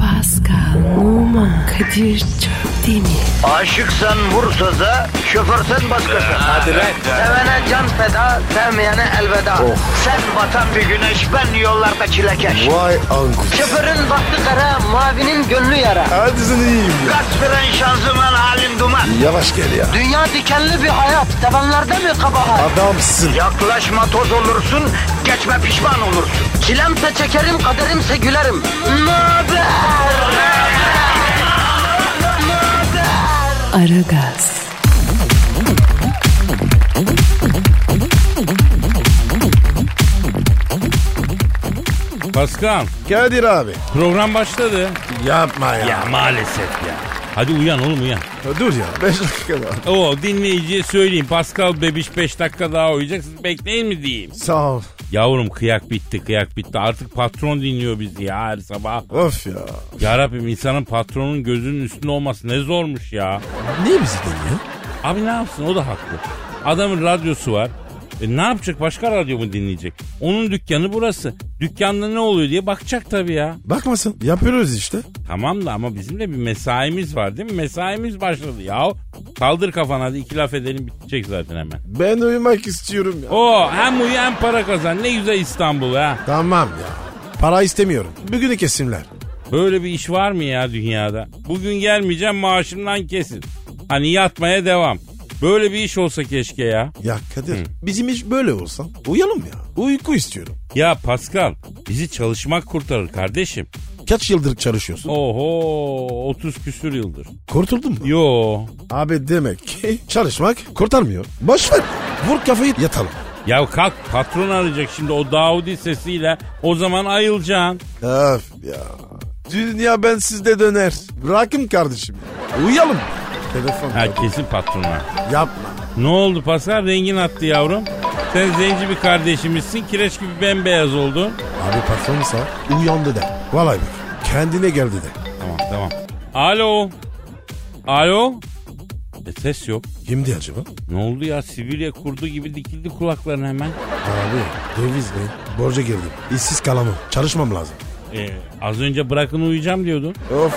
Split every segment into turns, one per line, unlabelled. Pascal, Oman, Kadir çok değil mi?
Aşıksan vursa da şoförsen başkasın. Hadi
lan. Oh.
Sevene can feda, sevmeyene elveda. Sen batan bir güneş, ben yollarda çilekeş.
Vay anku.
Şoförün baktı kara, mavinin gönlü yara.
Hadi sen iyiyim ya.
Kasperen şanzıman halin duman.
Yavaş gel ya.
Dünya dikenli bir hayat, sevenlerde mi kabahar?
Adamsın.
Yaklaşma toz olursun, geçme pişman olursun. Çilemse çekerim, kaderimse gülerim. Möber!
Aragaz,
Pascal
Kadir abi.
program başladı.
Yapma ya.
Ya maalesef ya. Hadi uyan oğlum uyan.
Dur ya. 5 dakika daha.
Oo dinleyiciye söyleyeyim Pascal bebiş 5 dakika daha uyuyacak siz bekleyin mi diyeyim.
Sağ ol.
Yavrum kıyak bitti kıyak bitti artık patron dinliyor bizi ya her sabah.
Of ya.
Ya Rabbim insanın patronun gözünün üstünde olması ne zormuş ya.
Niye bizi dinliyor?
Abi ne yapsın o da haklı. Adamın radyosu var. E ne yapacak başka radyo mu dinleyecek? Onun dükkanı burası. Dükkanda ne oluyor diye bakacak tabii ya.
Bakmasın. Yapıyoruz işte.
Tamam da ama bizim de bir mesaimiz var değil mi? Mesaimiz başladı ya. Kaldır kafanı hadi iki laf edelim bitecek zaten hemen.
Ben uyumak istiyorum ya.
Oo hem uyu hem para kazan. Ne güzel İstanbul ha.
Tamam ya. Para istemiyorum. Bugünü kesimler.
Böyle bir iş var mı ya dünyada? Bugün gelmeyeceğim maaşımdan kesin. Hani yatmaya devam. Böyle bir iş olsa keşke ya.
Ya Kadir bizim iş böyle olsa uyalım ya. Uyku istiyorum.
Ya Pascal bizi çalışmak kurtarır kardeşim.
Kaç yıldır çalışıyorsun?
Oho 30 küsür yıldır.
Kurtuldun mu?
Yo.
Abi demek ki çalışmak kurtarmıyor. Boş ver. Vur kafayı yatalım.
Ya kalk patron arayacak şimdi o Davudi sesiyle. O zaman ayılacaksın.
Öf ya. Dünya ben sizde döner. Bırakın kardeşim. Uyuyalım. Telefon.
Ha kesin patronlar.
Yapma.
Ne oldu Pascal rengin attı yavrum. Sen zenci bir kardeşimizsin. Kireç gibi bembeyaz oldun.
Abi patronsa uyandı de. Vallahi bak. Kendine geldi de.
Tamam tamam. Alo. Alo. E ses yok.
Kimdi acaba?
Ne oldu ya Sibirya kurdu gibi dikildi kulaklarına hemen.
Abi döviz mi? Borca girdim. İşsiz kalamam. Çalışmam lazım.
E, az önce bırakın uyuyacağım diyordun.
Of.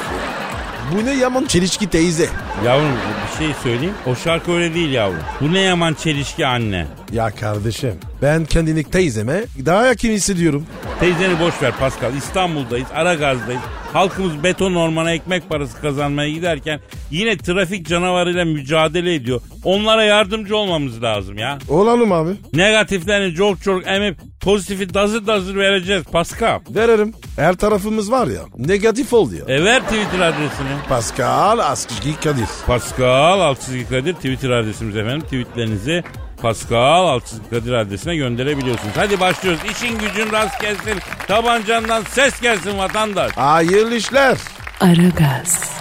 Bu ne yaman çelişki teyze.
Yavrum bir şey söyleyeyim. O şarkı öyle değil yavrum. Bu ne yaman çelişki anne.
Ya kardeşim ben kendini teyzeme daha yakın hissediyorum.
Teyzeni boş ver Pascal. İstanbul'dayız, Aragaz'dayız. Halkımız beton ormana ekmek parası kazanmaya giderken yine trafik canavarıyla mücadele ediyor. Onlara yardımcı olmamız lazım ya.
Olalım abi.
Negatiflerini çok çok emip pozitifi dazır dazır vereceğiz Pascal.
Veririm. Her tarafımız var ya negatif ol diyor.
E ver Twitter adresini.
Pascal Askışki Kadir.
Pascal Altçizgi Kadir Twitter adresimiz efendim. Tweetlerinizi Pascal Altçizgi Kadir adresine gönderebiliyorsunuz. Hadi başlıyoruz. İşin gücün rast gelsin. Tabancandan ses gelsin vatandaş.
Hayırlı işler.
Aragaz,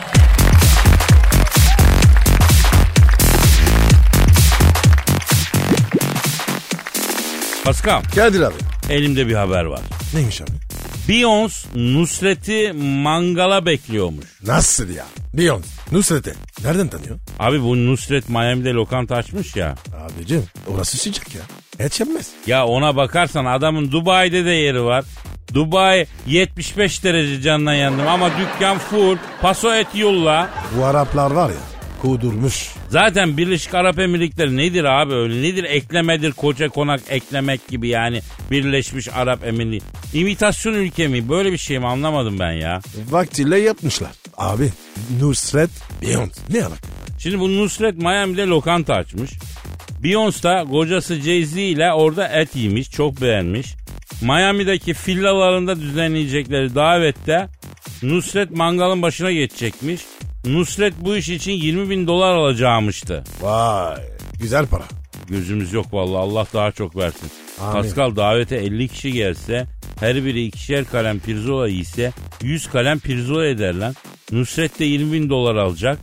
Pascal
Kadir abi.
elimde bir haber var.
Neymiş abi?
Beyoncé Nusret'i mangala bekliyormuş.
Nasıl ya? Beyoncé. Nusret'e. Nereden tanıyor?
Abi bu Nusret Miami'de lokanta açmış ya.
Abicim orası sıcak ya. Et yenmez.
Ya ona bakarsan adamın Dubai'de de yeri var. Dubai 75 derece canına yandım ama dükkan full. Paso et yolla.
Bu Araplar var ya kudurmuş.
Zaten Birleşik Arap Emirlikleri nedir abi öyle nedir eklemedir koca konak eklemek gibi yani Birleşmiş Arap Emirliği. İmitasyon ülke mi böyle bir şey mi anlamadım ben ya.
Vaktiyle yapmışlar. Abi Nusret Beyoncé. Ne alaka?
Şimdi bu Nusret Miami'de lokanta açmış. Beyoncé da kocası Jay-Z ile orada et yemiş çok beğenmiş. Miami'deki villalarında düzenleyecekleri davette Nusret mangalın başına geçecekmiş. Nusret bu iş için 20 bin dolar alacağımıştı.
Vay güzel para.
Gözümüz yok vallahi Allah daha çok versin.
Amin.
Pascal davete 50 kişi gelse her biri ikişer kalem pirzola ise 100 kalem pirzola eder lan. Nusret de 20 bin dolar alacak.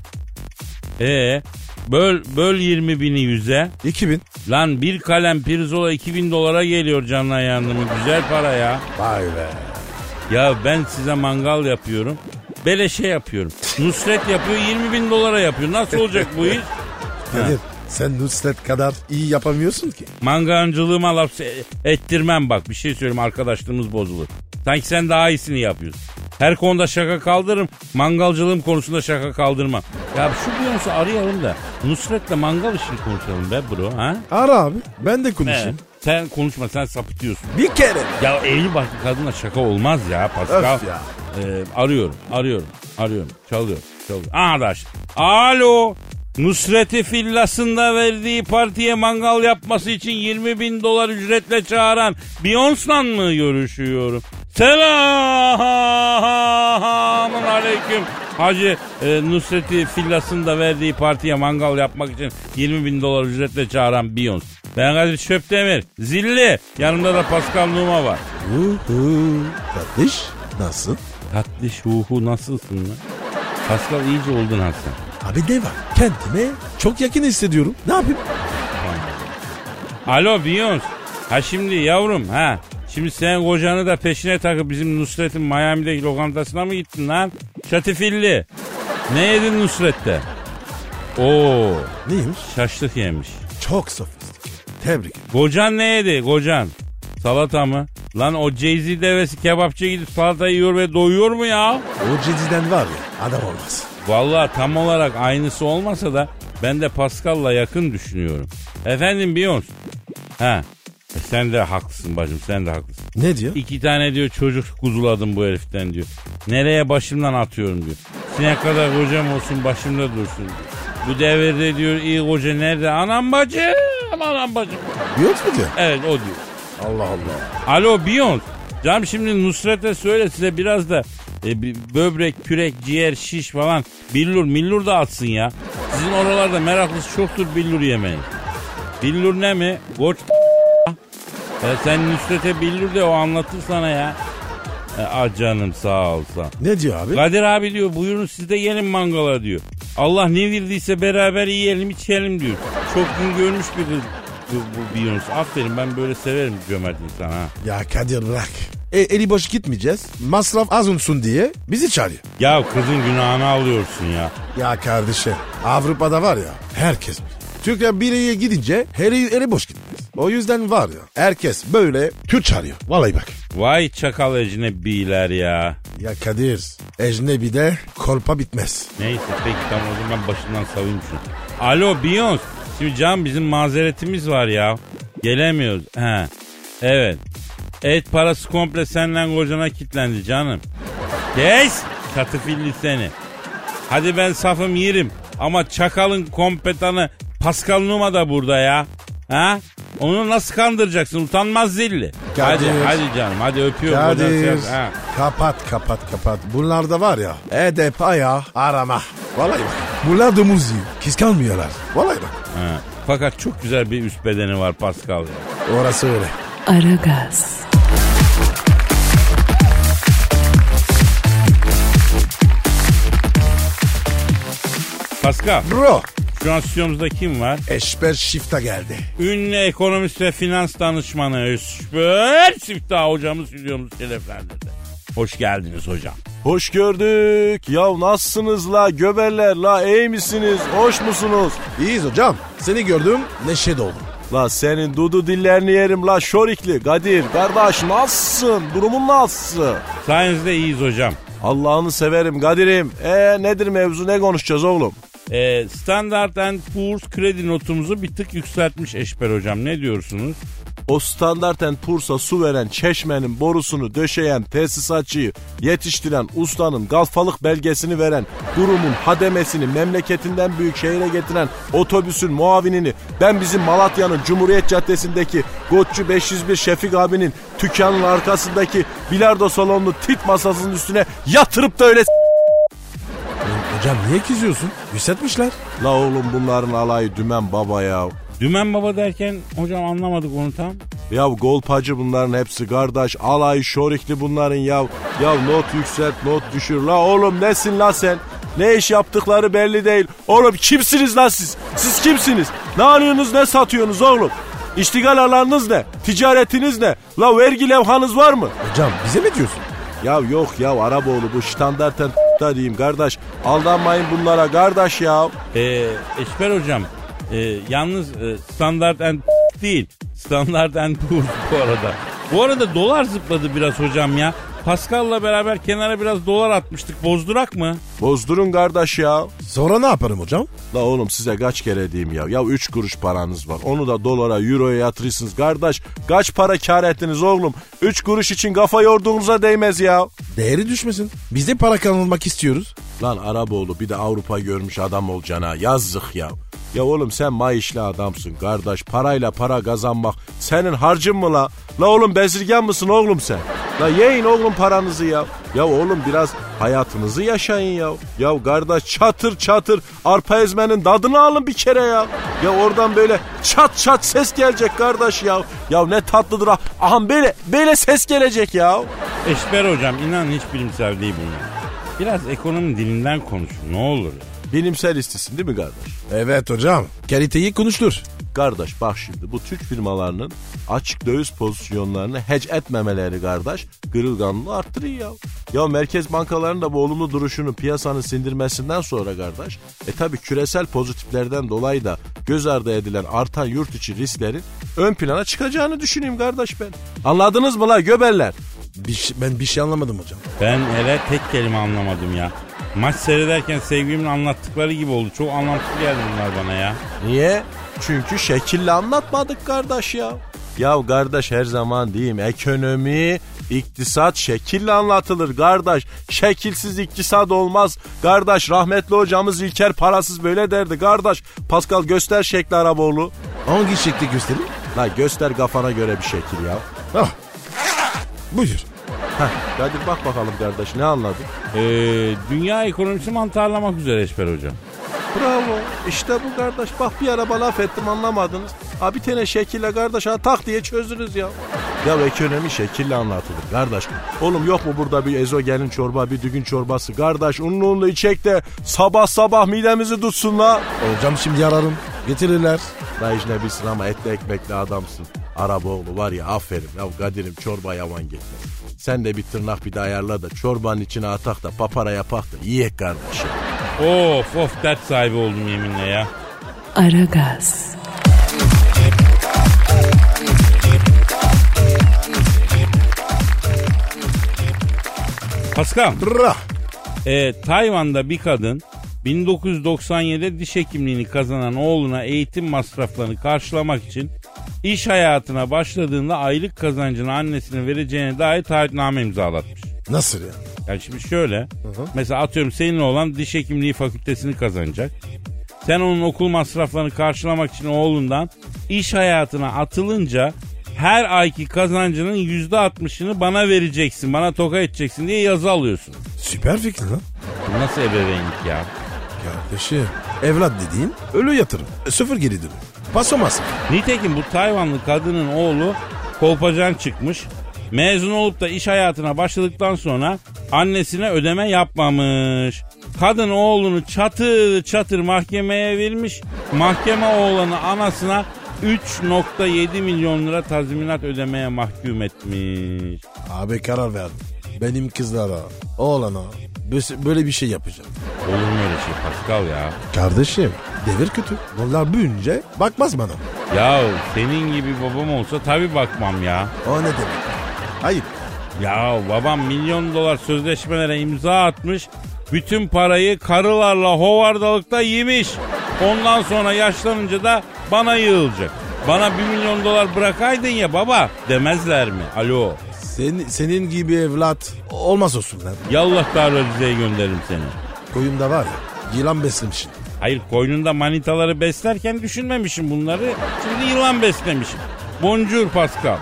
E böl, böl 20 bini 100'e.
2000.
Lan bir kalem pirzola 2000 dolara geliyor canına yandım. Güzel para ya.
Vay be.
Ya ben size mangal yapıyorum. Beleşe yapıyorum. Nusret yapıyor 20 bin dolara yapıyor. Nasıl olacak bu iş?
Kadir sen Nusret kadar iyi yapamıyorsun ki.
Mangancılığıma laf se- ettirmem bak. Bir şey söyleyeyim arkadaşlığımız bozulur. Sanki sen daha iyisini yapıyorsun. Her konuda şaka kaldırırım. Mangalcılığım konusunda şaka kaldırmam. Ya şu Beyoncé arayalım da Nusret'le mangal işini konuşalım be bro ha?
Ara abi. Ben de konuşayım.
Evet. Sen konuşma sen sapıtıyorsun.
Bir kere.
Ya evli barklı kadınla şaka olmaz ya Pascal.
Öf ya.
Ee, arıyorum, arıyorum, arıyorum. Çalıyor, çalıyor. Aha da açtı. Alo. Nusret'i villasında verdiği partiye mangal yapması için 20 bin dolar ücretle çağıran Beyoncé'la mı görüşüyorum? Selamun aleyküm. Hacı e, Nusret'i villasında verdiği partiye mangal yapmak için 20 bin dolar ücretle çağıran Beyoncé. Ben Kadir Şöpdemir. Zilli. Yanımda da Pascal Numa var.
Uhu. Kardeş nasıl?
Tatlı şuhu nasılsın lan? Pascal iyice oldun Hasan.
Abi ne var? Kendime çok yakın hissediyorum. Ne yapayım?
Alo Beyoncé. Ha şimdi yavrum ha. Şimdi sen kocanı da peşine takıp bizim Nusret'in Miami'deki lokantasına mı gittin lan? Şatifilli. Ne yedin Nusret'te? Oo,
Neymiş?
şaşlık yemiş.
Çok sofistik. Tebrik ederim.
Kocan ne yedi kocan? Salata mı? Lan o Jay-Z devesi kebapçıya gidip salata yiyor ve doyuyor mu ya?
O cediden var ya adam olmaz.
Vallahi tam olarak aynısı olmasa da ben de Pascal'la yakın düşünüyorum. Efendim Beyoncé. Ha. e sen de haklısın bacım sen de haklısın.
Ne diyor?
İki tane diyor çocuk kuzuladım bu heriften diyor. Nereye başımdan atıyorum diyor. Sinek kadar kocam olsun başımda dursun diyor. Bu devirde diyor iyi koca nerede? Anam bacım anam bacım.
Yok mu diyor?
Evet o diyor.
Allah Allah.
Alo Biyon. Cam şimdi Nusret'e söyle size biraz da e, bi- böbrek, kürek, ciğer, şiş falan billur millur da atsın ya. Sizin oralarda meraklısı çoktur billur yemeği. Billur ne mi? Goç ya sen Nusret'e billur de o anlatır sana ya. E, ah canım sağ olsa.
Ne diyor abi?
Kadir abi diyor buyurun siz de gelin mangala diyor. Allah ne verdiyse beraber yiyelim içelim diyor. Çok gün görmüş bir kız bu, bu Beyoncé. Aferin ben böyle severim cömert insan ha.
Ya Kadir bırak. E, eli boş gitmeyeceğiz. Masraf az olsun diye bizi çağırıyor.
Ya kızın günahını alıyorsun ya.
Ya kardeşim Avrupa'da var ya herkes bir. Türkler bir yere gidince her eli boş gitmez. O yüzden var ya herkes böyle Türk çağırıyor. Vallahi bak.
Vay çakal ecnebiler ya.
Ya Kadir ecnebi de kolpa bitmez.
Neyse peki tamam o zaman başından savayım şunu. Alo Beyoncé. Şimdi can bizim mazeretimiz var ya. Gelemiyoruz. He. Evet. Et parası komple senden kocana kitlendi canım. Geç. Katıfilli seni. Hadi ben safım yerim. Ama çakalın kompetanı Pascal Numa da burada ya. Ha? Onu nasıl kandıracaksın? Utanmaz zilli. Hadi
Kadir.
hadi canım. Hadi öpüyorum. kocanı
Kadir
sev- şey Ha.
kapat kapat kapat. Bunlar da var ya edep ayağı arama. Vallahi bak. Bunlar da muzi. Kıskanmıyorlar. Vallahi bak.
Ha. Fakat çok güzel bir üst bedeni var Pascal ya.
Orası öyle.
Aragaz,
Pascal
Bro
şu an stüdyomuzda kim var?
eşber şifta geldi.
Ünlü ekonomist ve finans danışmanı Ösper Siftah hocamız stüdyomuzu telefonlandı. Hoş geldiniz hocam.
Hoş gördük. Ya nasılsınız la göberler la iyi misiniz? Hoş musunuz?
İyiyiz hocam. Seni gördüm neşe doldum.
La senin dudu dillerini yerim la şorikli. Kadir kardeş nasılsın? Durumun nasıl?
Sayenizde iyiyiz hocam.
Allah'ını severim Kadir'im. E nedir mevzu ne konuşacağız oğlum?
Ee, Standard and Poor's kredi notumuzu bir tık yükseltmiş Eşber hocam. Ne diyorsunuz?
O standarten pursa su veren çeşmenin borusunu döşeyen tesisatçıyı yetiştiren ustanın galfalık belgesini veren kurumun hademesini memleketinden büyük şehire getiren otobüsün muavinini ben bizim Malatya'nın Cumhuriyet Caddesi'ndeki Gotçu 501 Şefik abinin dükkanın arkasındaki bilardo salonlu tit masasının üstüne yatırıp da öyle s-
Hocam niye kızıyorsun? Yükseltmişler.
La oğlum bunların alayı dümen baba ya.
Dümen baba derken hocam anlamadık onu tam.
Ya golpacı bunların hepsi kardeş. Alay şorikli bunların ya. Ya not yükselt not düşür. La oğlum nesin la sen? Ne iş yaptıkları belli değil. Oğlum kimsiniz la siz? Siz kimsiniz? Ne alıyorsunuz ne satıyorsunuz oğlum? İştigal alanınız ne? Ticaretiniz ne? La vergi levhanız var mı?
Hocam bize mi diyorsun?
Ya yok ya Araboğlu bu standarten da diyeyim kardeş. Aldanmayın bunlara kardeş ya.
Ee, Eşber hocam e, yalnız e, standart and değil standart and poor bu arada. Bu arada dolar zıpladı biraz hocam ya. Pascal'la beraber kenara biraz dolar atmıştık. Bozdurak mı?
Bozdurun kardeş ya.
Sonra ne yaparım hocam?
La oğlum size kaç kere diyeyim ya. Ya 3 kuruş paranız var. Onu da dolara, euroya yatırırsınız kardeş. Kaç para kar ettiniz oğlum? 3 kuruş için kafa yorduğunuza değmez ya.
Değeri düşmesin. Biz de para kazanmak istiyoruz.
Lan Araboğlu bir de Avrupa görmüş adam olacağına yazık ya. Ya oğlum sen mayışlı adamsın kardeş. Parayla para kazanmak senin harcın mı la? La oğlum bezirgen mısın oğlum sen? La yiyin oğlum paranızı ya. Ya oğlum biraz hayatınızı yaşayın ya. Ya kardeş çatır çatır arpa ezmenin tadını alın bir kere ya. Ya oradan böyle çat çat ses gelecek kardeş ya. Ya ne tatlıdır ha. Aha böyle böyle ses gelecek ya.
Eşber hocam inan hiç bilimsel değil bunlar. Biraz ekonomi dilinden konuşun ne olur. ya.
Bilimsel istisin değil mi kardeş?
Evet hocam. Kaliteyi konuştur.
Kardeş bak şimdi bu Türk firmalarının açık döviz pozisyonlarını hedge etmemeleri kardeş kırılganlığı arttırıyor ya. Ya merkez bankalarının da bu olumlu duruşunu piyasanın sindirmesinden sonra kardeş e tabi küresel pozitiflerden dolayı da göz ardı edilen artan yurt içi risklerin ön plana çıkacağını düşüneyim kardeş ben. Anladınız mı la göberler?
Bir şey- ben bir şey anlamadım hocam.
Ben hele tek kelime anlamadım ya. Maç seyrederken sevgilimin anlattıkları gibi oldu. Çok anlamsız geldi bunlar bana ya.
Niye? Çünkü şekille anlatmadık kardeş ya. Ya kardeş her zaman diyeyim ekonomi, iktisat şekille anlatılır kardeş. Şekilsiz iktisat olmaz. Kardeş rahmetli hocamız İlker parasız böyle derdi kardeş. Pascal göster şekli Araboğlu.
Hangi şekli göstereyim?
La göster kafana göre bir şekil ya.
Ah. Buyur.
Heh, Kadir bak bakalım kardeş ne anladın?
Ee, dünya ekonomisi mantarlamak üzere Eşber hocam.
Bravo. İşte bu kardeş. Bak bir araba laf ettim anlamadınız. Ha bir tane şekille kardeş ha tak diye çözdünüz ya. Ya ekonomi şekille anlatılır kardeş. Oğlum yok mu burada bir ezogelin çorba, bir düğün çorbası kardeş. Unlu unlu içek de sabah sabah midemizi tutsun la.
Hocam şimdi ararım. Getirirler.
La ecnebisin ama etli ekmekli adamsın. Araba oğlu var ya aferin. Ya Kadir'im çorba yavan gitmez. Sen de bir tırnak bir de ayarla da çorbanın içine atak da papara yapak da yiyek kardeşim.
Of of dert sahibi oldum yeminle ya.
Aragaz,
Pascal,
Rah.
e, Tayvan'da bir kadın 1997'de diş hekimliğini kazanan oğluna eğitim masraflarını karşılamak için iş hayatına başladığında aylık kazancını annesine vereceğine dair taahhütname imzalatmış.
Nasıl ya?
Yani şimdi şöyle. Mesela atıyorum senin oğlan diş hekimliği fakültesini kazanacak. Sen onun okul masraflarını karşılamak için oğlundan iş hayatına atılınca her ayki kazancının yüzde altmışını bana vereceksin, bana toka edeceksin diye yazı alıyorsun.
Süper fikir lan.
Bu nasıl ebeveynlik ya?
Kardeşim. Evlat dediğin ölü yatırım. E, Sıfır geri dönüm. Paso masrafı.
Nitekim bu Tayvanlı kadının oğlu kolpacan çıkmış. Mezun olup da iş hayatına başladıktan sonra annesine ödeme yapmamış. Kadın oğlunu çatır çatır mahkemeye vermiş. Mahkeme oğlanı anasına 3.7 milyon lira tazminat ödemeye mahkum etmiş.
Abi karar verdim. Benim kızlara, oğlana bö- böyle bir şey yapacağım.
Olur mu öyle şey Pascal ya?
Kardeşim devir kötü. Bunlar büyünce bakmaz bana.
Ya senin gibi babam olsa tabii bakmam ya.
O ne demek? Hayır.
Ya babam milyon dolar sözleşmelere imza atmış. Bütün parayı karılarla hovardalıkta yemiş. Ondan sonra yaşlanınca da bana yığılacak. Bana bir milyon dolar bırakaydın ya baba demezler mi? Alo.
Senin, senin gibi evlat olmaz olsun lan.
Yallah tarlaciye gönderirim seni.
Koyumda var ya yılan beslemişsin.
Hayır koynunda manitaları beslerken düşünmemişim bunları. Şimdi yılan beslemişim. Boncur Pascal.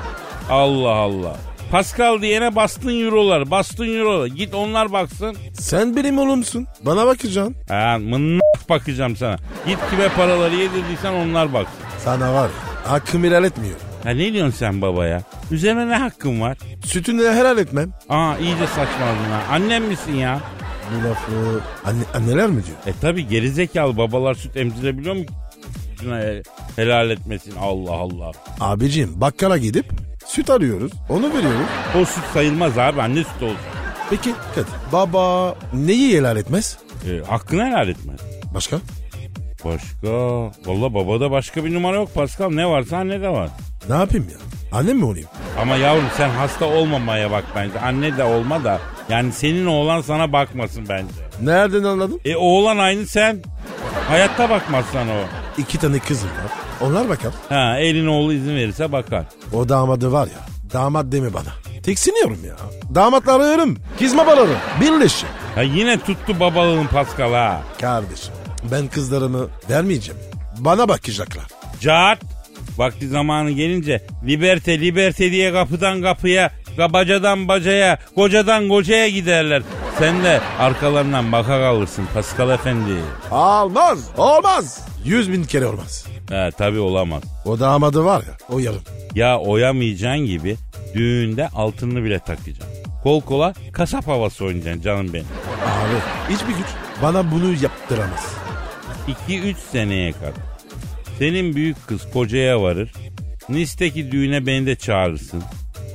Allah Allah. Pascal diyene bastın eurolar, bastın eurolar. Git onlar baksın.
Sen benim oğlumsun. Bana bakacaksın.
Ha, mınnak bakacağım sana. Git kime paraları yedirdiysen onlar bak.
Sana var ya hakkımı helal etmiyor.
Ha ne diyorsun sen babaya? Üzerine ne hakkın var?
Sütünü de helal etmem.
Aa iyice saçmaladın ha. Annem misin ya?
Bu lafı anne, anneler mi diyor?
E tabi gerizekalı babalar süt emzirebiliyor mu? Şuna he- helal etmesin Allah Allah.
Abicim bakkala gidip süt arıyoruz. Onu veriyoruz.
O süt sayılmaz abi anne sütü olacak.
Peki Kadir, baba neyi helal etmez?
E, hakkını helal etmez.
Başka?
Başka? Valla babada başka bir numara yok Pascal. Ne varsa anne de var.
Ne yapayım ya? Annem mi olayım?
Ama yavrum sen hasta olmamaya bak bence. Anne de olma da. Yani senin oğlan sana bakmasın bence.
Nereden anladın?
E oğlan aynı sen. Hayatta bakmaz sana o.
İki tane kızım var. Onlar bakar.
Ha elin oğlu izin verirse bakar.
O damadı var ya. Damat deme bana. Tiksiniyorum ya. Damatları ararım. Kizme balarım. Birleşin.
Ha yine tuttu babalığın Pascal ha.
Kardeşim ben kızlarımı vermeyeceğim. Bana bakacaklar.
Cart. Vakti zamanı gelince liberte liberte diye kapıdan kapıya, bacadan bacaya, kocadan kocaya giderler. Sen de arkalarından baka kalırsın Pascal Efendi.
Olmaz. Olmaz. Yüz bin kere olmaz.
Ha tabi olamaz.
O damadı var ya. O yarım.
Ya oyamayacağın gibi düğünde altınını bile takacaksın. Kol kola kasap havası oynayacaksın canım benim.
Abi hiçbir güç bana bunu yaptıramaz.
2-3 seneye kadar. Senin büyük kız kocaya varır. Nis'teki düğüne beni de çağırırsın.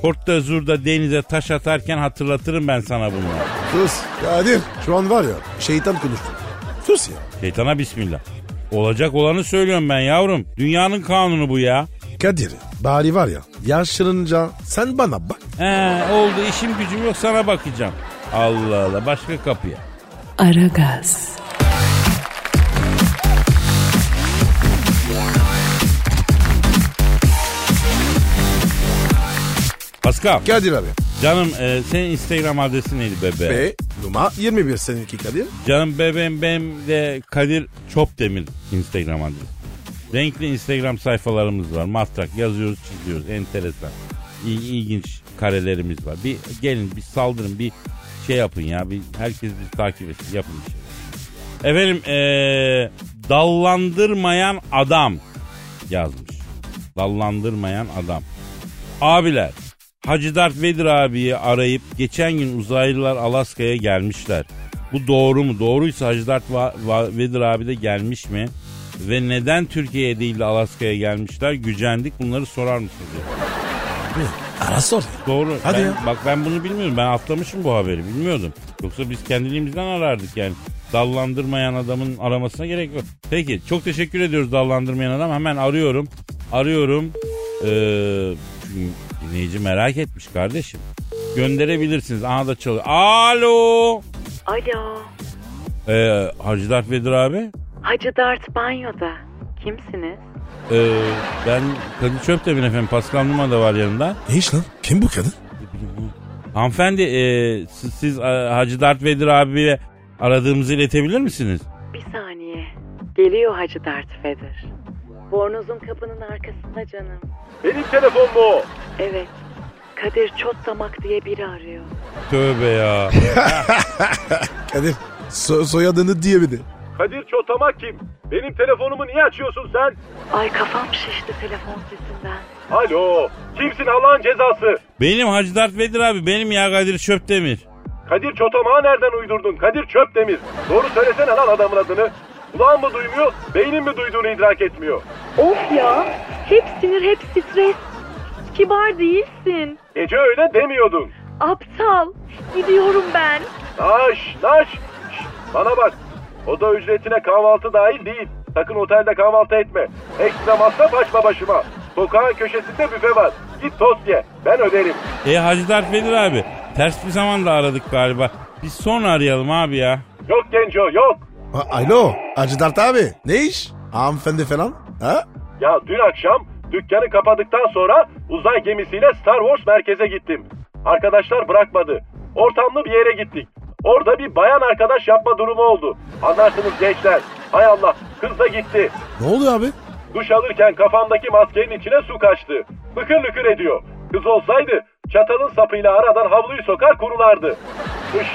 Kortta zurda denize taş atarken hatırlatırım ben sana bunları.
Sus. Kadir şu an var ya şeytan konuştu. Sus ya.
Şeytana bismillah. Olacak olanı söylüyorum ben yavrum. Dünyanın kanunu bu ya.
Kadir bari var ya yaşlanınca sen bana bak.
He, oldu işim gücüm yok sana bakacağım. Allah Allah başka kapıya.
Aragaz,
Pascal
Kadir abi.
canım e, senin Instagram adresi neydi bebe?
Ve numara 21 seninki Kadir.
Canım bebeğim benim de Kadir Çopdemir Instagram adresim. Renkli Instagram sayfalarımız var. Matrak yazıyoruz çiziyoruz. Enteresan. İl- ilginç karelerimiz var. Bir gelin bir saldırın bir şey yapın ya. Bir, herkes bizi takip etsin. Yapın bir şey. Efendim eee, dallandırmayan adam yazmış. Dallandırmayan adam. Abiler Hacı Dert Vedir abiyi arayıp geçen gün uzaylılar Alaska'ya gelmişler. Bu doğru mu? Doğruysa Hacı Dert Va- Va- Vedir abi de gelmiş mi? Ve neden Türkiye'ye değil de Alaska'ya gelmişler? Gücendik bunları sorar mısınız? diye.
Ara sor.
Doğru.
Hadi
Ben-
ya.
Bak ben bunu bilmiyorum. Ben atlamışım bu haberi. Bilmiyordum. Yoksa biz kendiliğimizden arardık yani. Dallandırmayan adamın aramasına gerek yok. Peki çok teşekkür ediyoruz dallandırmayan adam. Hemen arıyorum. Arıyorum. Ee, çünkü dinleyici merak etmiş kardeşim. Gönderebilirsiniz. Aha da çalıyor. Alo.
Alo,
Ee, Hacı Dert Vedir abi.
Hacı Dert banyoda. Kimsiniz?
Ee, ben Kadir Çöptemir efendim. Pascal Numa da var yanında.
Ne iş lan? Kim bu kadın?
Hanımefendi e, siz, siz, e, Hacı Dert Vedir abiyle aradığımızı iletebilir misiniz?
Bir saniye. Geliyor Hacı Dert Fedir. Bornozun kapının arkasında canım.
Benim telefon mu?
Evet. Kadir Çotlamak diye biri arıyor.
Tövbe ya.
Kadir so- soyadını diyemedi.
Kadir Çotamak kim? Benim telefonumu niye açıyorsun sen?
Ay kafam şişti telefon sesinden.
Alo. Kimsin Allah'ın cezası?
benim Hacı Dert Vedir abi benim ya Kadir Çöptemir.
Kadir Çotamak'ı nereden uydurdun? Kadir Çöpdemir. Doğru söylesene lan adamın adını. Kulağın mı duymuyor, beynin mi duyduğunu idrak etmiyor.
Of ya. Hep sinir, hep stres. Kibar değilsin.
Gece öyle demiyordun.
Aptal. Gidiyorum ben.
Naş, naş. Şşt, bana bak. Oda ücretine kahvaltı dahil değil. Sakın otelde kahvaltı etme. Ekstra masraf açma başıma. Sokağın köşesinde büfe var. Git tost ye. Ben öderim.
E Hacı Dert Vedir abi ters bir zamanda aradık galiba. Biz sonra arayalım abi ya.
Yok genco yok.
A- Alo Hacı Dert abi ne iş? Hanımefendi falan. Ha?
Ya dün akşam dükkanı kapadıktan sonra uzay gemisiyle Star Wars merkeze gittim. Arkadaşlar bırakmadı. Ortamlı bir yere gittik. Orada bir bayan arkadaş yapma durumu oldu. Anlarsınız gençler. Hay Allah kız da gitti.
Ne oluyor abi?
Duş alırken kafamdaki maskenin içine su kaçtı. Lıkır lıkır ediyor. Kız olsaydı çatalın sapıyla aradan havluyu sokar kurulardı. Üş,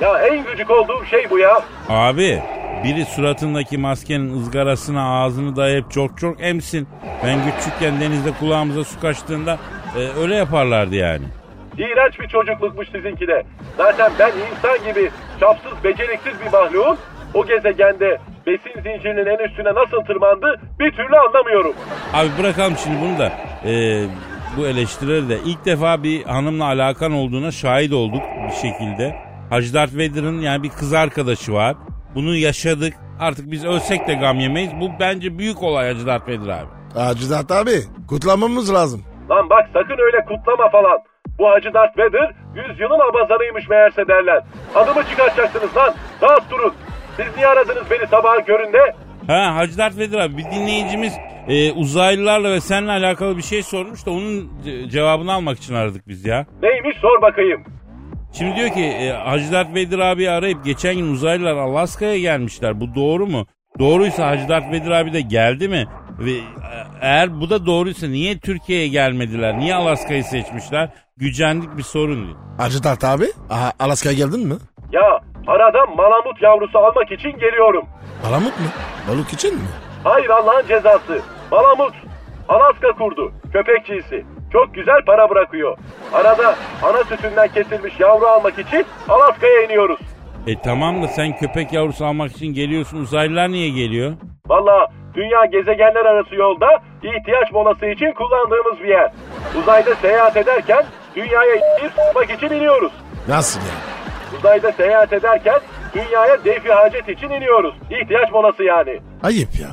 ya en gıcık olduğum şey bu ya.
Abi biri suratındaki maskenin ızgarasına ağzını dayayıp çok çok emsin. Ben küçükken denizde kulağımıza su kaçtığında e, öyle yaparlardı yani.
İğrenç bir çocuklukmuş sizinki de. Zaten ben insan gibi çapsız beceriksiz bir mahluğum. O gezegende besin zincirinin en üstüne nasıl tırmandı bir türlü anlamıyorum.
Abi bırakalım şimdi bunu da. Ee, bu eleştirileri de. ilk defa bir hanımla alakan olduğuna şahit olduk bir şekilde. Hacı Darth Vader'ın yani bir kız arkadaşı var. Bunu yaşadık. Artık biz ölsek de gam yemeyiz. Bu bence büyük olay Hacı Darth Vader abi.
Hacı Dert abi kutlamamız lazım.
Lan bak sakın öyle kutlama falan. Bu Hacı Darth Vader yüzyılın abazanıymış meğerse derler. Adımı çıkartacaksınız lan. Rahat durun. Siz niye aradınız beni sabahın köründe?
Ha Hacı Dert Vedir abi bir dinleyicimiz e, uzaylılarla ve seninle alakalı bir şey sormuş da onun ce- cevabını almak için aradık biz ya.
Neymiş sor bakayım.
Şimdi diyor ki e, Hacı Dert Vedir abi arayıp geçen gün uzaylılar Alaska'ya gelmişler. Bu doğru mu? Doğruysa Hacı Dert Vedir abi de geldi mi? Ve e, eğer bu da doğruysa niye Türkiye'ye gelmediler? Niye Alaska'yı seçmişler? Gücendik bir sorun diyor.
Hacı Dert abi. Aha, Alaska'ya geldin mi?
Ya aradan malamut yavrusu almak için geliyorum.
Palamut mu? Balık için mi?
Hayır Allah'ın cezası. Malamut. Alaska kurdu. Köpek cinsi. Çok güzel para bırakıyor. Arada ana sütünden kesilmiş yavru almak için Alaska'ya iniyoruz.
E tamam da sen köpek yavrusu almak için geliyorsun. Uzaylılar niye geliyor?
Valla dünya gezegenler arası yolda ihtiyaç molası için kullandığımız bir yer. Uzayda seyahat ederken dünyaya ilk tutmak için iniyoruz.
Nasıl yani?
Uzayda seyahat ederken dünyaya defi hacet için iniyoruz. İhtiyaç molası yani.
Ayıp ya.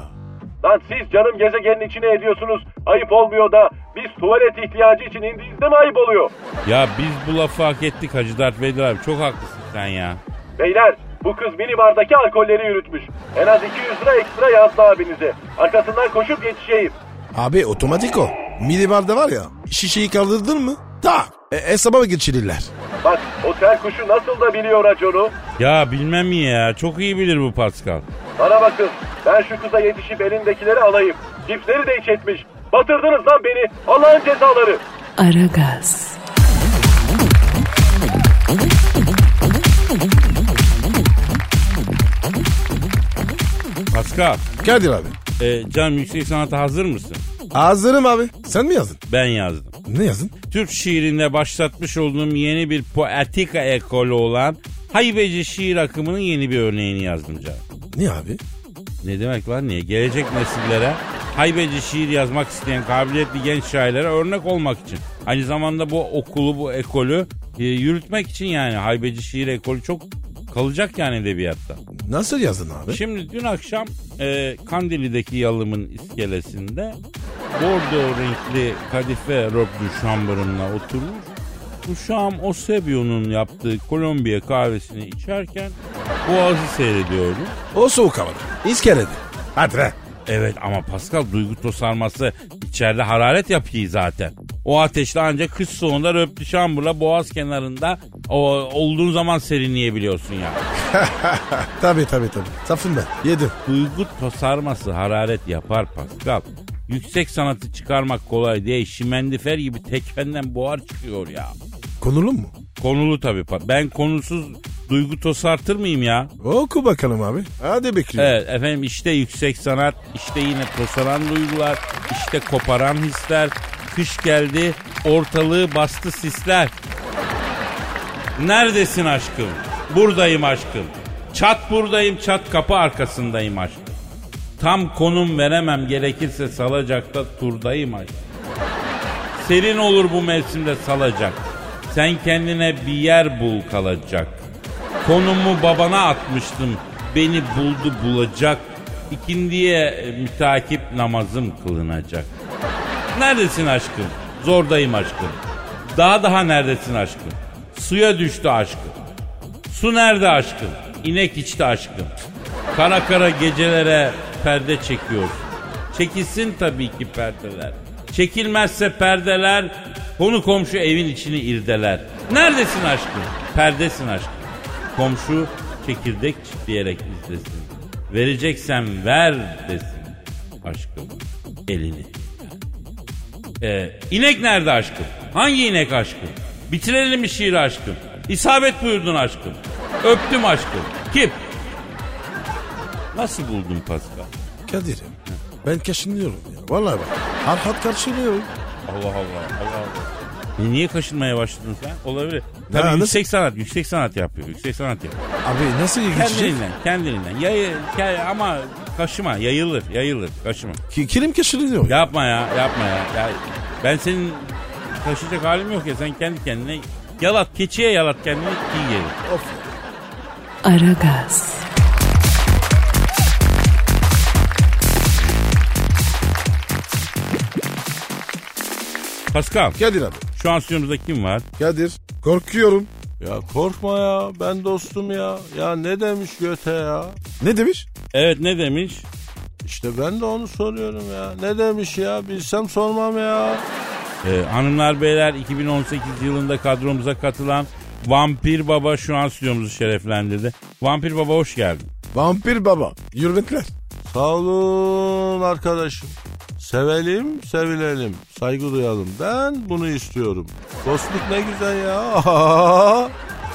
Lan siz canım gezegenin içine ediyorsunuz. Ayıp olmuyor da biz tuvalet ihtiyacı için indiğinizde mi ayıp oluyor?
Ya biz bu lafı hak ettik Hacı Dert Vedir abi. Çok haklısın sen ya.
Beyler bu kız mini bardaki alkolleri yürütmüş. En az 200 lira ekstra yazdı abinize. Arkasından koşup yetişeyim.
Abi otomatik o. Midi barda var ya şişeyi kaldırdın mı tak e, hesaba geçirirler.
Bak otel kuşu nasıl da biliyor aconu.
Ya bilmem mi ya. Çok iyi bilir bu Pascal.
Bana bakın ben şu kıza yetişip elindekileri alayım. Cipsleri de iç etmiş. Batırdınız lan beni. Allah'ın cezaları.
Aragaz,
Pascal,
Kadir abi.
e, Can Yüksek Sanat'a hazır mısın?
Hazırım abi. Sen mi yazdın?
Ben yazdım.
Ne yazdın?
Türk şiirinde başlatmış olduğum yeni bir poetika ekolü olan haybeci şiir akımının yeni bir örneğini yazdım Can.
Niye abi?
Ne demek lan niye? Gelecek nesillere haybeci şiir yazmak isteyen kabiliyetli genç şairlere örnek olmak için. Aynı zamanda bu okulu, bu ekolü e, yürütmek için yani haybeci şiir ekolü çok kalacak yani edebiyatta.
Nasıl yazdın abi?
Şimdi dün akşam e, Kandili'deki yalımın iskelesinde bordo renkli kadife röplü şambırımla oturmuş. Uşağım Osebio'nun yaptığı Kolombiya kahvesini içerken boğazı seyrediyordum.
O soğuk havada. İskeledi. Hadi be.
Evet ama Pascal duygu tosarması içeride hararet yapıyı zaten. O ateşle ancak kış soğuğunda röplü şamburla boğaz kenarında o, olduğun zaman serinleyebiliyorsun ya.
Tabii tabii tabii. Safım ben. Yedim.
Duygu tosarması hararet yapar Pascal. Yüksek sanatı çıkarmak kolay değil. Şimendifer gibi tekfenden buhar çıkıyor ya.
Konulun mu?
Konulu tabii. Pa- Ben konusuz duygu tosartır mıyım ya?
Oku bakalım abi. Hadi bekliyorum.
Evet efendim işte yüksek sanat, işte yine tosaran duygular, işte koparan hisler, kış geldi, ortalığı bastı sisler. Neredesin aşkım? Buradayım aşkım. Çat buradayım, çat kapı arkasındayım aşkım. Tam konum veremem gerekirse salacakta turdayım aşkım. Serin olur bu mevsimde salacak. Sen kendine bir yer bul kalacak. Konumu babana atmıştım. Beni buldu bulacak. İkindiye e, mütakip namazım kılınacak. Neredesin aşkım? Zordayım aşkım. Daha daha neredesin aşkım? Suya düştü aşkım. Su nerede aşkım? İnek içti aşkım. Kara kara gecelere perde çekiyor. Çekilsin tabii ki perdeler. Çekilmezse perdeler konu komşu evin içini irdeler. Neredesin aşkım? Perdesin aşkım. Komşu çekirdek çitleyerek izlesin. Vereceksen ver desin aşkım elini. Ee, inek nerede aşkım? Hangi inek aşkım? Bitirelim mi şiiri aşkım? İsabet buyurdun aşkım. Öptüm aşkım. Kim? Nasıl buldun Pascal?
Kadir'im. Ben kaşınıyorum ya. Vallahi bak. Harhat karşılıyorum.
Allah Allah Allah Allah. E niye kaşınmaya başladın sen? Olabilir. Tabii
nasıl-
yüksek sanat, yüksek sanat yapıyor, yüksek sanat yapıyor.
Abi nasıl şey? geçecek?
Kendiliğinden, kendiliğinden. Yayı, ke- ama kaşıma, yayılır, yayılır, kaşıma.
Ki, kirim kaşınıyor. Ya.
Yapma ya, yapma ya. ya. Ben senin taşıyacak halim yok ya. Sen kendi kendine yalat, keçiye yalat kendini iyi gelir.
Aragaz,
Pascal
Kadir abi.
şu an stüdyomuzda kim var?
Kadir. Korkuyorum.
Ya korkma ya ben dostum ya. Ya ne demiş Göte ya?
Ne demiş?
Evet ne demiş?
İşte ben de onu soruyorum ya. Ne demiş ya bilsem sormam ya.
Ee, hanımlar beyler 2018 yılında kadromuza katılan Vampir Baba şu an stüdyomuzu şereflendirdi. Vampir Baba hoş geldin.
Vampir baba. Hürmetler.
Sağ olun arkadaşım. Sevelim, sevilelim, saygı duyalım. Ben bunu istiyorum. Dostluk ne güzel ya.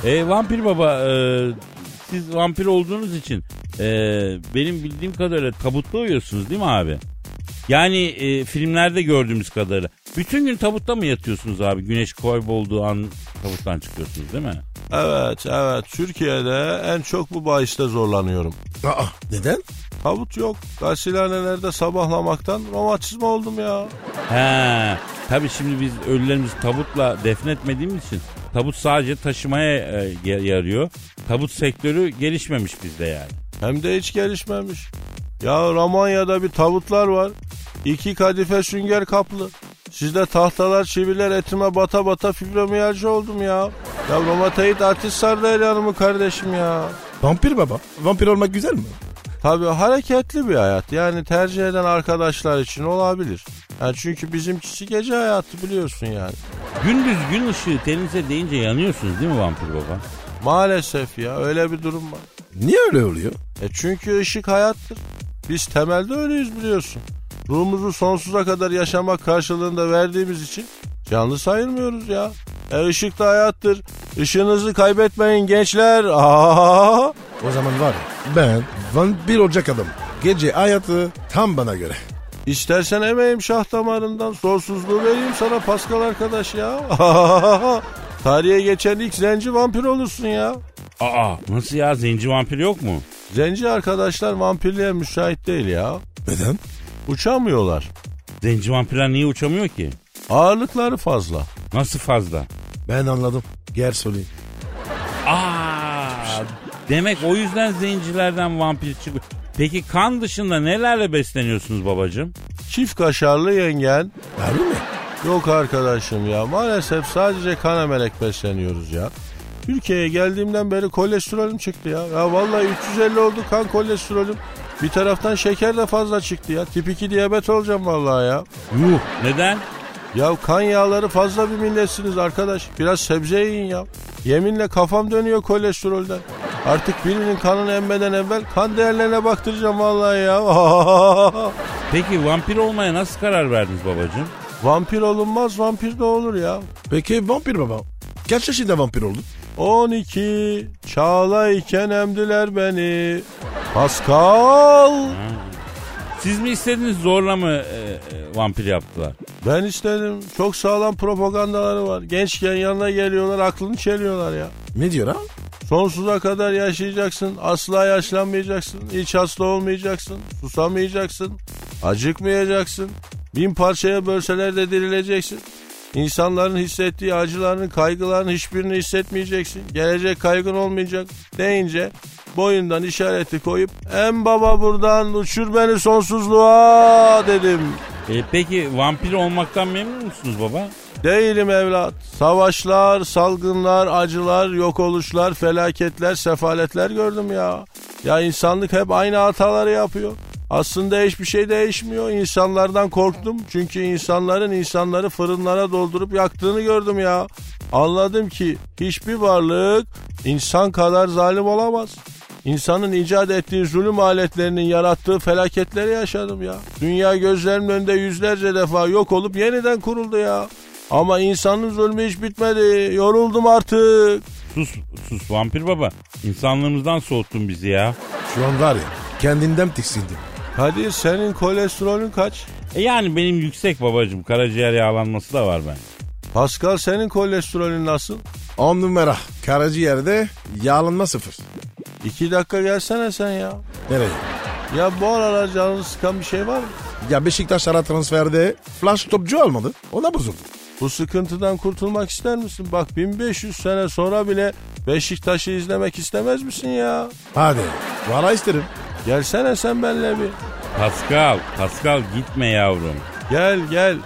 Ee, Vampir Baba e, siz vampir olduğunuz için e, benim bildiğim kadarıyla tabutta uyuyorsunuz değil mi abi? Yani e, filmlerde gördüğümüz kadarıyla. Bütün gün tabutta mı yatıyorsunuz abi? Güneş kaybolduğu an tabuttan çıkıyorsunuz değil mi?
evet, evet. Türkiye'de en çok bu bahiste zorlanıyorum.
Aa, neden?
Tabut yok. Gasilhanelerde sabahlamaktan romatizma oldum ya.
He. Tabii şimdi biz ölülerimizi tabutla defnetmediğimiz için tabut sadece taşımaya e, ge- yarıyor. Tabut sektörü gelişmemiş bizde yani.
Hem de hiç gelişmemiş. Ya Romanya'da bir tabutlar var. İki kadife sünger kaplı. Sizde tahtalar, çiviler etime bata bata fibromiyalji oldum ya. Ya romatoid artist sardı el yanımı kardeşim ya.
Vampir baba. Vampir olmak güzel mi?
Tabii hareketli bir hayat. Yani tercih eden arkadaşlar için olabilir. Yani çünkü bizimkisi gece hayatı biliyorsun yani.
Gündüz gün ışığı teninize değince yanıyorsunuz değil mi vampir baba?
Maalesef ya öyle bir durum var.
Niye öyle oluyor?
E çünkü ışık hayattır. Biz temelde öyleyiz biliyorsun. Ruhumuzu sonsuza kadar yaşamak karşılığında verdiğimiz için canlı sayılmıyoruz ya. E ışık da hayattır. Işığınızı kaybetmeyin gençler. Aa!
O zaman var ya, ben vampir olacak adam. Gece hayatı tam bana göre.
İstersen emeyim şah damarından sonsuzluğu vereyim sana Pascal arkadaş ya. Aa! Tarihe geçen ilk zenci vampir olursun ya.
Aa nasıl ya zenci vampir yok mu?
Zenci arkadaşlar vampirliğe müsait değil ya.
Neden?
Uçamıyorlar.
Zenci vampirler niye uçamıyor ki?
Ağırlıkları fazla.
Nasıl fazla?
Ben anladım. Gel söyleyeyim.
Aa demek o yüzden zencilerden vampir çıkıyor. Peki kan dışında nelerle besleniyorsunuz babacığım?
Çift kaşarlı yengen
Harbi mi?
Yok arkadaşım ya maalesef sadece kan emerek besleniyoruz ya. Türkiye'ye geldiğimden beri kolesterolüm çıktı ya. Ya vallahi 350 oldu kan kolesterolüm. Bir taraftan şeker de fazla çıktı ya. Tip 2 diyabet olacağım vallahi ya.
Yuh. Neden?
Ya kan yağları fazla bir milletsiniz arkadaş. Biraz sebze yiyin ya. Yeminle kafam dönüyor kolesterolden. Artık birinin kanını emmeden evvel kan değerlerine baktıracağım vallahi ya.
Peki vampir olmaya nasıl karar verdiniz babacığım?
vampir olunmaz vampir de olur ya.
Peki vampir baba. Kaç yaşında vampir oldun?
12 Çağla iken emdiler beni. Pascal
Siz mi istediniz zorla mı e, e, vampir yaptılar?
ben istedim. Çok sağlam propagandaları var. Gençken yanına geliyorlar aklını çeliyorlar ya.
Ne diyor ha?
Sonsuza kadar yaşayacaksın. Asla yaşlanmayacaksın. Hiç hasta olmayacaksın. Susamayacaksın. Acıkmayacaksın. Bin parçaya bölseler de dirileceksin. İnsanların hissettiği acılarını, kaygılarını hiçbirini hissetmeyeceksin. Gelecek kaygın olmayacak deyince boyundan işareti koyup en baba buradan uçur beni sonsuzluğa dedim.
E, peki vampir olmaktan memnun musunuz baba?
Değilim evlat. Savaşlar, salgınlar, acılar, yok oluşlar, felaketler, sefaletler gördüm ya. Ya insanlık hep aynı hataları yapıyor. Aslında hiçbir şey değişmiyor. İnsanlardan korktum. Çünkü insanların insanları fırınlara doldurup yaktığını gördüm ya. Anladım ki hiçbir varlık insan kadar zalim olamaz. İnsanın icat ettiği zulüm aletlerinin yarattığı felaketleri yaşadım ya. Dünya gözlerimin önünde yüzlerce defa yok olup yeniden kuruldu ya. Ama insanın zulmü hiç bitmedi. Yoruldum artık.
Sus sus vampir baba. İnsanlığımızdan soğuttun bizi ya.
Şu an var ya kendinden tiksindim.
Kadir senin kolesterolün kaç?
E yani benim yüksek babacığım karaciğer yağlanması da var ben.
Pascal senin kolesterolün nasıl?
10 numara. Karaciğerde yağlanma sıfır.
İki dakika gelsene sen ya.
Nereye?
Ya bu aralar canını sıkan bir şey var mı?
Ya Beşiktaşlara transferde flash topçu almadı. Ona bozuldu.
Bu sıkıntıdan kurtulmak ister misin? Bak 1500 sene sonra bile Beşiktaş'ı izlemek istemez misin ya?
Hadi. Valla isterim.
Gelsene sen benimle bir.
Pascal, Pascal gitme yavrum.
Gel gel.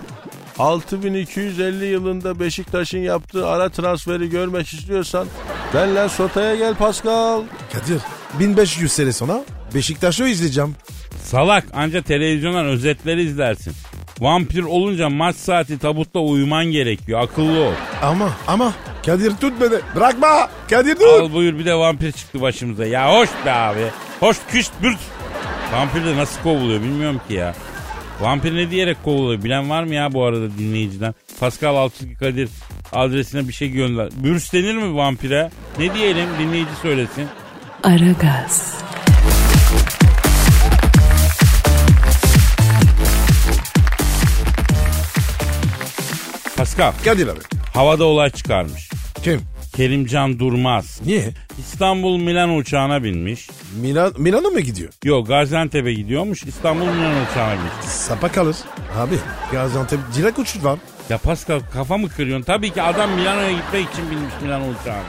6250 yılında Beşiktaş'ın yaptığı ara transferi görmek istiyorsan benle Sota'ya gel Pascal.
Kadir 1500 sene sonra Beşiktaş'ı izleyeceğim.
Salak anca televizyondan özetleri izlersin. Vampir olunca maç saati tabutta uyuman gerekiyor. Akıllı ol.
Ama ama Kadir tut beni. Bırakma. Kadir dur.
Al buyur bir de vampir çıktı başımıza. Ya hoş be abi. Hoş küst bürt. Vampir de nasıl kovuluyor bilmiyorum ki ya. Vampir ne diyerek kovuluyor bilen var mı ya bu arada dinleyiciden? Pascal Altçı Kadir adresine bir şey gönder. Bürs denir mi vampire? Ne diyelim dinleyici söylesin.
Aragaz,
Pascal
Kadir abi.
havada olay çıkarmış.
Kim?
Kerimcan Durmaz.
Niye?
İstanbul Milan uçağına binmiş.
Milan, Milan'a mı gidiyor?
Yok Gaziantep'e gidiyormuş İstanbul Milan uçağına binmiş.
Sapa kalır. Abi Gaziantep direkt uçuş var.
Ya Pascal kafa mı kırıyorsun? Tabii ki adam Milano'ya gitmek için binmiş Milano uçağına.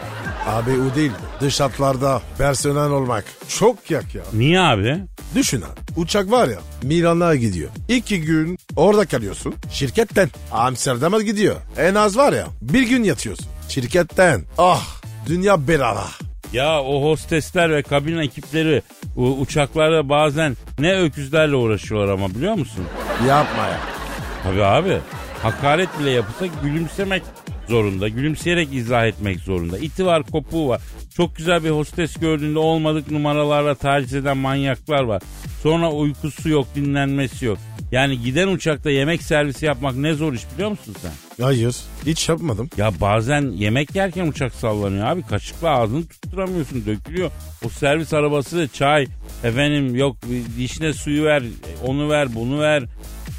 Abi o değil. Dış hatlarda personel olmak çok yak ya.
Niye abi?
Düşün abi. Uçak var ya Milan'a gidiyor. İki gün orada kalıyorsun. Şirketten Amsterdam'a gidiyor. En az var ya bir gün yatıyorsun. Şirketten. Ah dünya bedava.
Ya o hostesler ve kabin ekipleri u- uçaklarda bazen ne öküzlerle uğraşıyorlar ama biliyor musun?
Yapma ya.
Tabii abi. Hakaret bile yapılsa gülümsemek zorunda. Gülümseyerek izah etmek zorunda. İti var kopuğu var. Çok güzel bir hostes gördüğünde olmadık numaralarla taciz eden manyaklar var. Sonra uykusu yok, dinlenmesi yok. Yani giden uçakta yemek servisi yapmak ne zor iş biliyor musun sen?
Hayır hiç yapmadım.
Ya bazen yemek yerken uçak sallanıyor abi. Kaşıkla ağzını tutturamıyorsun dökülüyor. O servis arabası çay efendim yok dişine suyu ver onu ver bunu ver.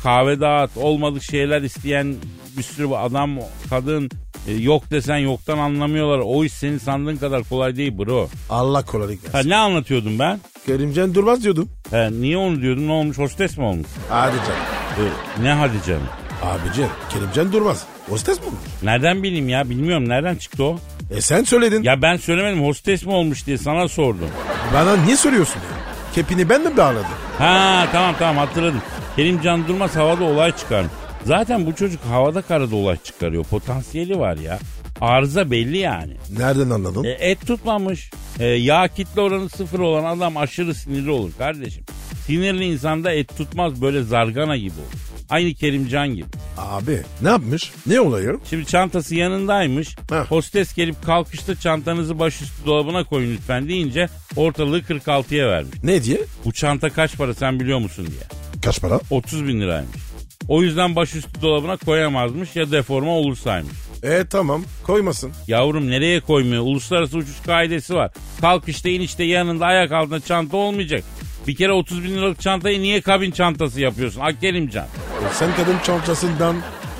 Kahve dağıt olmadık şeyler isteyen bir sürü adam kadın e, yok desen yoktan anlamıyorlar. O iş senin sandığın kadar kolay değil bro.
Allah kolaylık versin.
Ha, ne anlatıyordum ben?
Kerimcan durmaz diyordum.
He, niye onu diyordum ne olmuş hostes mi olmuş?
Hadi canım.
E, ne hadi canım.
Abicim Kerimcan durmaz. Hostes mi? olmuş?
Nereden bileyim ya bilmiyorum nereden çıktı o?
E sen söyledin.
Ya ben söylemedim hostes mi olmuş diye sana sordum.
Bana niye soruyorsun? ya? Kepini ben mi bağladım?
Ha tamam tamam hatırladım. Kerimcan Durmaz havada olay çıkarmış. Zaten bu çocuk havada karada olay çıkarıyor. Potansiyeli var ya. Arıza belli yani.
Nereden anladın?
E, et tutmamış. E, yağ kitle oranı sıfır olan adam aşırı sinirli olur kardeşim. Sinirli insanda et tutmaz böyle zargana gibi olur. Aynı Kerimcan gibi.
Abi ne yapmış? Ne oluyor?
Şimdi çantası yanındaymış.
Heh.
Hostes gelip kalkışta çantanızı başüstü dolabına koyun lütfen deyince ortalığı 46'ya vermiş.
Ne diye?
Bu çanta kaç para sen biliyor musun diye.
Kaç para?
30 bin liraymış. O yüzden başüstü dolabına koyamazmış ya deforme olursaymış.
E tamam koymasın.
Yavrum nereye koymuyor? Uluslararası uçuş kaidesi var. Kalk işte in işte yanında ayak altında çanta olmayacak. Bir kere 30 bin liralık çantayı niye kabin çantası yapıyorsun? Akkerimcan.
E, Sen kadın çantasından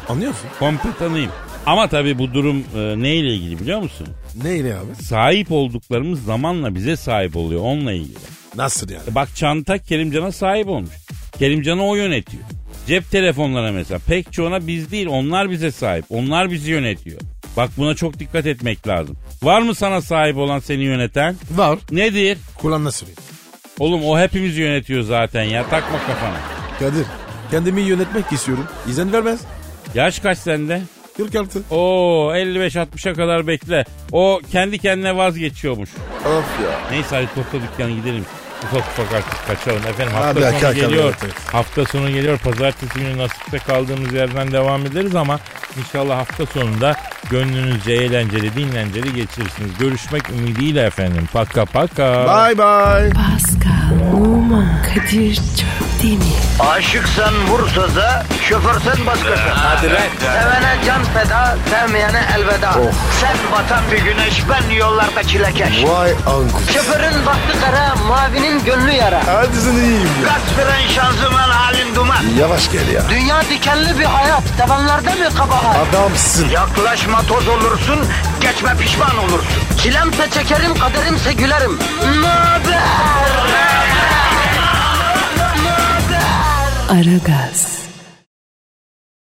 anlıyorsun.
Kompetanıyım. Ama tabii bu durum e, neyle ilgili biliyor musun?
Neyle abi?
Sahip olduklarımız zamanla bize sahip oluyor onunla ilgili.
Nasıl yani?
E Bak çanta Kerimcan'a sahip olmuş. Kerimcan'ı o yönetiyor. Cep telefonlarına mesela pek çoğuna biz değil onlar bize sahip. Onlar bizi yönetiyor. Bak buna çok dikkat etmek lazım. Var mı sana sahip olan seni yöneten?
Var.
Nedir?
Kulağına süreyim.
Oğlum o hepimizi yönetiyor zaten ya takma kafana.
Kadir kendimi yönetmek istiyorum. İzin vermez.
Yaş kaç sende?
46.
Oo 55-60'a kadar bekle. O kendi kendine vazgeçiyormuş.
Of ya.
Neyse hadi topla dükkanı gidelim. Ufak ufak artık kaçalım. Efendim hafta
Abi,
sonu
kalk, kalk,
geliyor.
evet, evet.
Hafta sonu geliyor. Pazartesi günü nasipse kaldığımız yerden devam ederiz ama inşallah hafta sonunda gönlünüzce eğlenceli, dinlenceli geçirirsiniz. Görüşmek ümidiyle efendim. Paka paka.
Bye bye.
Pascal, Oman, Kadir çok değil mi?
Aşıksan vursa da, şoförsen başkasın. Hadi Sevene can feda, sevmeyene elveda. Sen batan bir güneş, ben yollarda çilekeş.
Vay anku.
Şoförün baktı kara, mavinin gönlü yara.
Hadi sen iyiyim ya.
Kasperen şanzıman halin duman.
Yavaş gel ya.
Dünya dikenli bir hayat, sevenlerde mi kabahar?
Adamsın.
Yaklaşma toz olursun, geçme pişman olursun. Çilemse çekerim, kaderimse gülerim. Möber!
Aragaz.